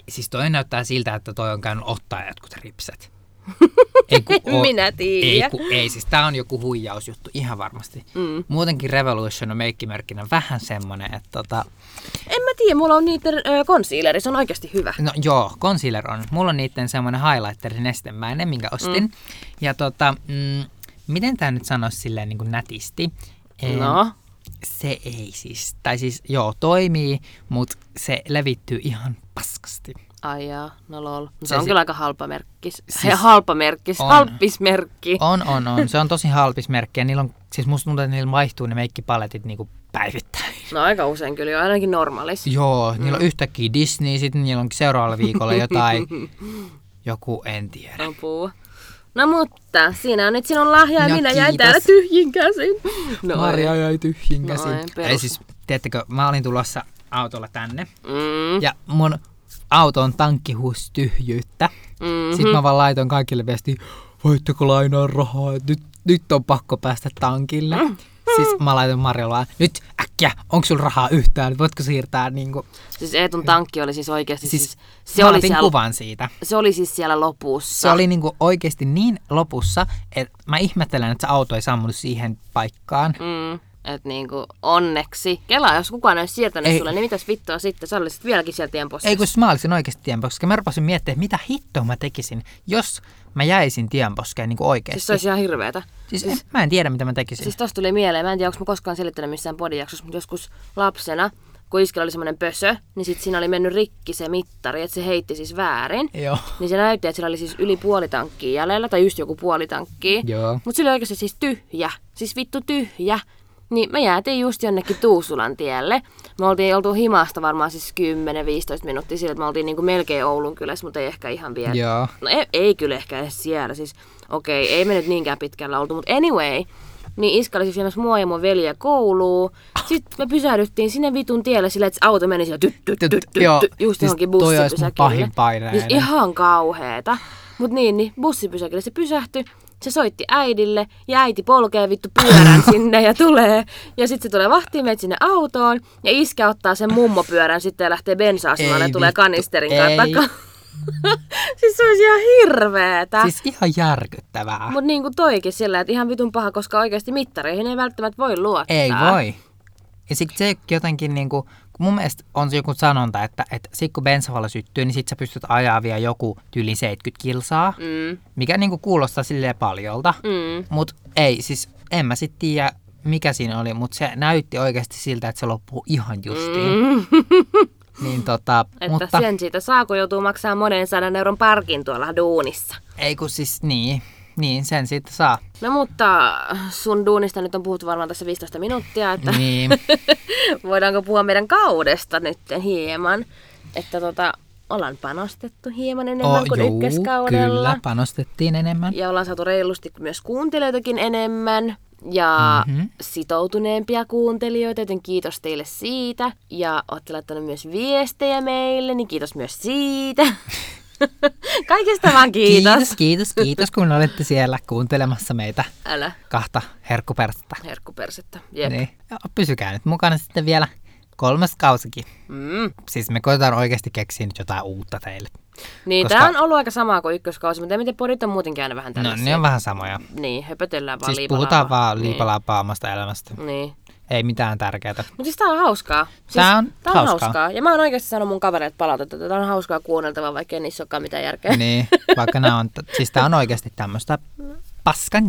Speaker 2: siis toi näyttää siltä, että toi on käynyt ottaa jotkut ripset. Ei kun oo-
Speaker 1: Minä tiedä.
Speaker 2: Ei, ku, ei, siis tää on joku huijausjuttu, ihan varmasti. Mm. Muutenkin Revolution on meikkimerkkinä vähän semmonen, että tota,
Speaker 1: En mä tiedä, mulla on niiden ö, concealeri, se on oikeasti hyvä.
Speaker 2: no joo, concealer on. Mulla on niitten semmonen highlighteri nestemäinen, minkä ostin. Mm. Ja tota, mm, miten tää nyt sanoisi silleen niin kuin nätisti? Em,
Speaker 1: No,
Speaker 2: Se ei siis, tai siis joo, toimii, mutta se levittyy ihan paskasti.
Speaker 1: ai jaa, no lol. No,
Speaker 2: Se
Speaker 1: se on
Speaker 2: si-
Speaker 1: kyllä aika halpa merkkis.
Speaker 2: Siis-
Speaker 1: Siis... Halpa merkkis,
Speaker 2: On.
Speaker 1: halppis merkki.
Speaker 2: On, on, on. Se on tosi halpis merkki ja niillä on, siis musta tuntuu, että niillä vaihtuu ne meikkipaletit niinku päivittäin.
Speaker 1: No aika usein kyllä, jo, ainakin normaalis.
Speaker 2: Joo, mm. niillä on yhtäkkiä Disney, sitten niillä on seuraavalla viikolla jotain, joku en tiedä.
Speaker 1: Apua. No mutta, siinä on nyt sinun lahja ja
Speaker 2: No,
Speaker 1: minä jäin
Speaker 2: kiitos.
Speaker 1: täällä tyhjin käsin. No,
Speaker 2: Marja jäi tyhjin
Speaker 1: No
Speaker 2: käsin.
Speaker 1: ei, perus.
Speaker 2: ei siis, tiedättekö, mä olin tulossa autolla tänne
Speaker 1: Mm,
Speaker 2: ja mun auton tankkihuus tyhjyyttä.
Speaker 1: mm.
Speaker 2: Sitten mä vaan laitoin kaikille viestiä, voitteko lainaa rahaa, että nyt, nyt on pakko päästä tankille.
Speaker 1: Mm.
Speaker 2: Siis mä laitoin Marjalle vaan, nyt äkkiä, onko sulla rahaa yhtään, voitko siirtää niinku...
Speaker 1: Siis Eetun tankki oli siis oikeasti, siis,
Speaker 2: Siis
Speaker 1: siis se,
Speaker 2: mä
Speaker 1: oli
Speaker 2: otin
Speaker 1: siellä,
Speaker 2: kuvan siitä.
Speaker 1: se oli siis siellä lopussa.
Speaker 2: Se oli niinku oikeasti niin lopussa, että mä ihmettelen, että se auto ei sammunut siihen paikkaan.
Speaker 1: Mm, et niinku, onneksi. Kela, jos kukaan ei olisi siirtänyt
Speaker 2: Ei.
Speaker 1: sulle, niin mitäs vittua sitten? Sä olisit vieläkin siellä tien
Speaker 2: Ei
Speaker 1: postissa.
Speaker 2: kun siis mä olisin oikeasti tienposkessa, koska mä rupesin miettimään, että mitä hittoa mä tekisin, jos mä jäisin tienposkeen niin
Speaker 1: Siis
Speaker 2: oikeasti.
Speaker 1: se olisi ihan hirveetä.
Speaker 2: Siis, siis en, mä en tiedä, mitä mä tekisin.
Speaker 1: Siis tosta tuli mieleen, mä en tiedä, onko mä koskaan selittänyt missään podijaksossa, mutta joskus lapsena, kun iskellä oli semmoinen pösö, niin sit siinä oli mennyt rikki se mittari, että se heitti siis väärin.
Speaker 2: Joo.
Speaker 1: Niin se näytti, että sillä oli siis yli puoli tankkia jäljellä, tai just joku puoli tankkia.
Speaker 2: Joo.
Speaker 1: Mutta sillä oli oikeasti siis tyhjä, siis vittu tyhjä. Niin me jäätiin just jonnekin Tuusulan tielle. Me oltiin oltu himasta varmaan siis 10-15 minuuttia sillä, että me oltiin niinku melkein Oulun kylässä, mutta ei ehkä ihan vielä.
Speaker 2: Joo.
Speaker 1: No ei, ei kyllä ehkä edes siellä, siis okei, ei me nyt niinkään pitkällä oltu, mutta anyway, niin iska oli siis viemässä mua ja mun veljeä kouluun. Sitten me pysähdyttiin sinne vitun tielle sillä, että se auto meni siellä tyt, tyt, tyt, tyt, tyt,
Speaker 2: Joo,
Speaker 1: just
Speaker 2: siis
Speaker 1: johonkin
Speaker 2: toi olisi mun pahin
Speaker 1: bussipysäkille.
Speaker 2: painajainen.
Speaker 1: Siis ihan kauheeta. Mut niin, niin bussipysäkille se pysähtyi. Se soitti äidille ja äiti polkee vittu pyörän sinne ja tulee. Ja sitten se tulee vahtiin meitä sinne autoon ja iskä ottaa sen mummopyörän sitten ja lähtee bensa-asemalle
Speaker 2: Ei
Speaker 1: ja tulee
Speaker 2: vittu,
Speaker 1: kanisterin
Speaker 2: ei.
Speaker 1: kanssa takaa. siis se olisi ihan hirveetä.
Speaker 2: Siis ihan järkyttävää.
Speaker 1: Mutta niin kuin toikin sillä, että ihan vitun paha, koska oikeasti mittareihin ei välttämättä voi luottaa.
Speaker 2: Ei voi. Ja sitten se jotenkin niinku, kun mun mielestä on se joku sanonta, että, että sit kun bensavalo syttyy, niin sit sä pystyt ajaa vielä joku yli 70 kilsaa,
Speaker 1: Mm,
Speaker 2: mikä niinku kuulostaa silleen paljolta.
Speaker 1: mm.
Speaker 2: Mut ei, siis en mä sit tiedä mikä siinä oli, mut se näytti oikeasti siltä, että se loppuu ihan justiin.
Speaker 1: Mm.
Speaker 2: Niin tota,
Speaker 1: Että
Speaker 2: mutta
Speaker 1: Mutta... sen siitä saa, kun joutuu maksamaan monen sadan euron parkin tuolla duunissa.
Speaker 2: ei kun siis niin, niin sen siitä saa.
Speaker 1: No mutta sun duunista nyt on puhuttu varmaan tässä 15 minuuttia, että
Speaker 2: Niin,
Speaker 1: voidaanko puhua meidän kaudesta nyt hieman. Että tota, ollaan panostettu hieman enemmän kuin
Speaker 2: Oh, juu,
Speaker 1: ykköskaudella.
Speaker 2: kyllä, panostettiin enemmän.
Speaker 1: Ja ollaan saatu reilusti myös kuuntelijoitakin enemmän ja
Speaker 2: Mhm.
Speaker 1: mm-hmm. sitoutuneempia kuuntelijoita, joten kiitos teille siitä. Ja olette laittaneet myös viestejä meille, niin kiitos myös siitä. Kaikesta vaan kiitos.
Speaker 2: Kiitos, kiitos, kiitos, kun olette siellä kuuntelemassa meitä
Speaker 1: Älä
Speaker 2: kahta herkkuperttä.
Speaker 1: herkkupersettä. Jep.
Speaker 2: Niin. Ja Pysykää nyt mukana sitten vielä kolmas kausikin.
Speaker 1: Mm.
Speaker 2: Siis me koetaan oikeasti keksiä nyt jotain uutta teille.
Speaker 1: Niin,
Speaker 2: Koska-
Speaker 1: Koska... tämä on ollut aika samaa kuin ykköskausi, mutta en miten podit on muutenkin aina vähän
Speaker 2: No
Speaker 1: tällaisia.
Speaker 2: ne on vähän samoja.
Speaker 1: Niin, höpötellään vaan
Speaker 2: Siis puhutaan vaan
Speaker 1: Niin.
Speaker 2: liipalaapaa omasta elämästä.
Speaker 1: Niin.
Speaker 2: Ei mitään tärkeää.
Speaker 1: Mutta siis tää on hauskaa. Siis
Speaker 2: Tää on
Speaker 1: tää on
Speaker 2: hauskaa.
Speaker 1: hauskaa. Ja mä oon oikeasti sanonut mun kavereille palautetta, että tää on hauskaa kuunneltavaa, vaikka ei niissä olekaan mitään järkeä.
Speaker 2: Niin, vaikka nämä on, t- siis tää on oikeasti tämmöistä paskan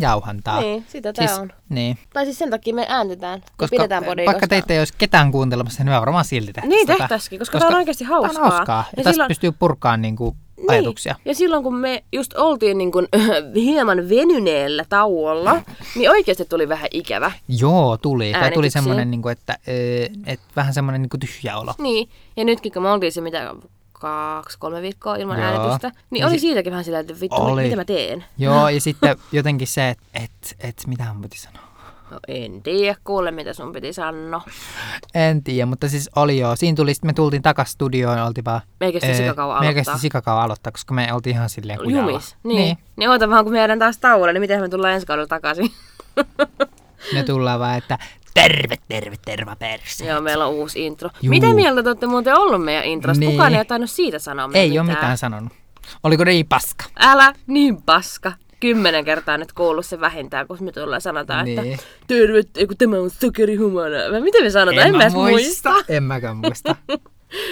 Speaker 2: jauhantaa.
Speaker 1: niin sitä tää
Speaker 2: siis,
Speaker 1: on.
Speaker 2: Niin.
Speaker 1: Tai siis sen takia me äänitetään. Koska, ja pidetään podia,
Speaker 2: vaikka teitä ei olisi ketään kuuntelemassa, niin me varmaan silti tehtäisiin
Speaker 1: Niin
Speaker 2: tätä.
Speaker 1: tehtäisikin, koska, koska tää on oikeasti hauskaa.
Speaker 2: Tää on hauskaa. Ja, ja tästä
Speaker 1: silloin-
Speaker 2: pystyy purkaan niinku ajatuksia.
Speaker 1: Niin. Ja silloin kun me just oltiin niin kun, hieman venyneellä tauolla, niin oikeasti tuli vähän ikävä.
Speaker 2: Joo, tuli. Tai tuli
Speaker 1: Äänityksiä.
Speaker 2: semmoinen, niin että, ö, et vähän semmoinen niin tyhjä olo.
Speaker 1: Niin. Ja nytkin kun me oltiin se mitä kaksi, kolme viikkoa ilman
Speaker 2: Joo.
Speaker 1: Joo. äänitystä, niin
Speaker 2: Ja
Speaker 1: oli
Speaker 2: si-
Speaker 1: siitäkin vähän sillä, että vittu,
Speaker 2: Oli.
Speaker 1: oli. mitä mä teen?
Speaker 2: Joo, ja sitten jotenkin se, että et, et, mitä hän piti sanoa.
Speaker 1: No en tiedä, kuule mitä sun piti sanoa.
Speaker 2: En tiedä, mutta siis oli joo. Siinä tuli, sitten me tultiin takas studioon, oltiin vaan...
Speaker 1: Melkein sitä
Speaker 2: ö,
Speaker 1: sikakauan
Speaker 2: melkein
Speaker 1: aloittaa.
Speaker 2: sitä sikakauan aloittaa, koska me oltiin ihan silleen kujalla.
Speaker 1: Jumis. Niin. niin. Niin oota vaan, kun me jäädään taas tauolle, niin miten me tullaan ensi kaudella takaisin.
Speaker 2: Me tullaan vaan, että terve, terve, terve perse.
Speaker 1: Joo, meillä on uusi intro.
Speaker 2: Juu.
Speaker 1: Juu. Mitä mieltä te olette muuten ollut meidän introsta?
Speaker 2: Niin.
Speaker 1: Niin. Kukaan ei ole tainnut siitä sanoa meille
Speaker 2: Ei ole mitään sanonut. Oliko niin paska?
Speaker 1: Älä, niin paska. Kymmenen kertaa nyt kuullut se vähintään, kun me tullaan sanotaan,
Speaker 2: Niin.
Speaker 1: että terve, ei, kun tämä on sokerihumana. Vai Miten me sanotaan? En, mä edes muista.
Speaker 2: En mäkään muista.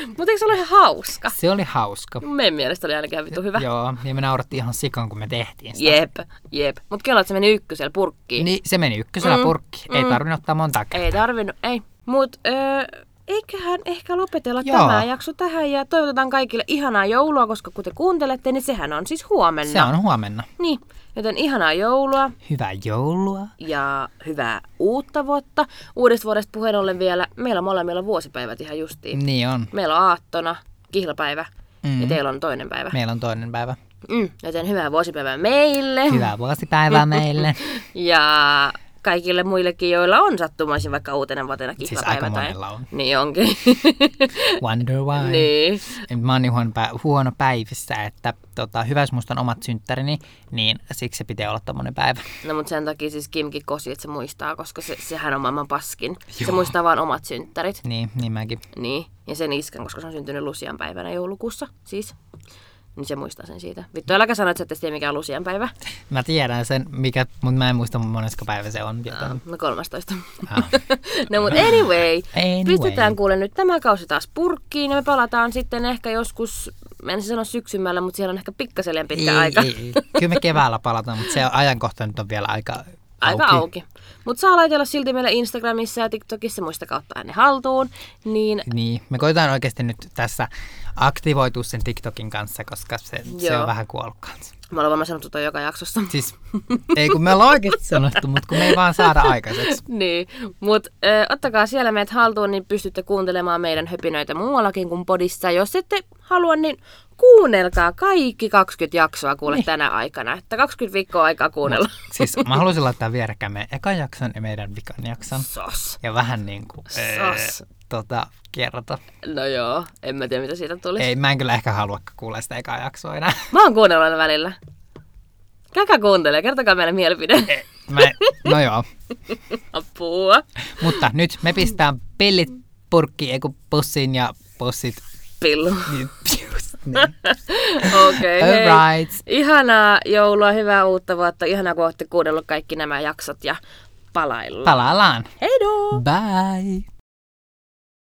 Speaker 1: Mutta eikö se ole ihan hauska?
Speaker 2: Se oli hauska.
Speaker 1: Meidän mielestä oli ainakin vittu hyvä.
Speaker 2: Joo, ja me naurattiin ihan sikan, kun me tehtiin sitä.
Speaker 1: Jep, jep. Mut kelaat se meni ykkösellä purkkiin.
Speaker 2: Niin, se meni ykkösellä
Speaker 1: Mm,
Speaker 2: purkki. Ei
Speaker 1: mm.
Speaker 2: tarvinnut ottaa monta kertaa.
Speaker 1: Ei tarvinnut, ei. Mut öö, eiköhän ehkä lopetella
Speaker 2: Joo.
Speaker 1: Joo. tämä jakso tähän ja toivotetaan kaikille ihanaa joulua, koska kun te kuuntelette, niin sehän on siis huomenna.
Speaker 2: Se on huomenna.
Speaker 1: Niin, joten ihanaa joulua
Speaker 2: Hyvää joulua.
Speaker 1: ja hyvää uutta vuotta. Uudesta vuodesta puheen ollen vielä, meillä on molemmilla vuosipäivät ihan justiin. Mm.
Speaker 2: Niin on.
Speaker 1: Meillä on aattona, kihlapäivä mm.
Speaker 2: Mm.
Speaker 1: ja teillä on toinen päivä.
Speaker 2: Meillä on toinen päivä.
Speaker 1: Mm, joten hyvää vuosipäivää meille
Speaker 2: Hyvää vuosipäivää meille.
Speaker 1: ja kaikille muillekin, joilla on sattumaisin vaikka uutena vuotena
Speaker 2: Siis
Speaker 1: kihlapäivä.
Speaker 2: aika
Speaker 1: tai...
Speaker 2: monella on.
Speaker 1: Niin onkin.
Speaker 2: Wonder why.
Speaker 1: niin.
Speaker 2: En- Mä oon niin huono, pä- huono päivissä, että tota, hyvä jos musta on omat synttärini, niin siksi se pitää olla tommonen päivä.
Speaker 1: No mutta sen takia siis Kimki kosi, että se muistaa, koska se, sehän on maailman paskin. Joo. Se muistaa vaan omat synttärit.
Speaker 2: Niin, niin mäkin.
Speaker 1: Niin. Ja sen iskan, koska se on syntynyt Lusian päivänä joulukuussa siis. Niin se muistaa sen siitä. Vittu, äläkä sano, että sä et edes tiedä mikä on Lusian päivä.
Speaker 2: Mä tiedän sen, mikä, mutta mä en muista monesko päivä se on. Joten...
Speaker 1: No 13.
Speaker 2: Ah.
Speaker 1: no mutta anyway,
Speaker 2: Anyway.
Speaker 1: pistetään kuule nyt tämä kausi taas purkkiin ja me palataan sitten ehkä joskus, mä en sano syksymällä, mutta siellä on ehkä pikkasen liian pitkä
Speaker 2: Ei,
Speaker 1: aika.
Speaker 2: ei, ei. Kyllä me keväällä palataan, mutta se ajankohta nyt on vielä aika
Speaker 1: Aika auki. auki. Mutta saa laitella silti meillä Instagramissa ja TikTokissa, muistakaa ottaa ne haltuun. Niin
Speaker 2: Niin, me koitetaan oikeasti nyt tässä aktivoitua sen TikTokin kanssa, koska se, se
Speaker 1: Joo.
Speaker 2: on vähän kuollut kanssa.
Speaker 1: me ollaan varmaan sanottu toi joka jaksossa.
Speaker 2: Siis, ei kun me ollaan oikeasti sanottu, mutta kun me ei vaan saada aikaiseksi.
Speaker 1: Niin, mutta ottakaa siellä meidät haltuun, niin pystytte kuuntelemaan meidän höpinöitä muuallakin kuin podissa. Jos ette halua, niin kuunnelkaa kaikki 20 jaksoa kuule niin. tänä aikana. Että 20 viikkoa aikaa kuunnella.
Speaker 2: Siis mä haluaisin laittaa vierekkäin meidän ekan jakson ja meidän vikan jakson.
Speaker 1: Sos.
Speaker 2: Ja vähän niin kuin,
Speaker 1: Sos.
Speaker 2: tota, kerrota.
Speaker 1: No joo, en mä tiedä mitä siitä tuli.
Speaker 2: Ei, mä en kyllä ehkä halua kuulla sitä ekaa jaksoa enää.
Speaker 1: Mä oon kuunnellut aina välillä. Käkä kuuntelee, kertokaa meille mielipide.
Speaker 2: Mä, no joo.
Speaker 1: Apua.
Speaker 2: Mutta nyt me pistää pellit purkkiin, ei kun pussiin ja pussit.
Speaker 1: Pillu.
Speaker 2: Niin, just niin.
Speaker 1: Okei, okay, hei.
Speaker 2: Alright.
Speaker 1: Ihanaa joulua, hyvää uutta vuotta. Ihanaa, kun olette kuunnellut kaikki nämä jaksot ja palaillaan.
Speaker 2: Palaillaan.
Speaker 1: Heidoo!
Speaker 2: Bye.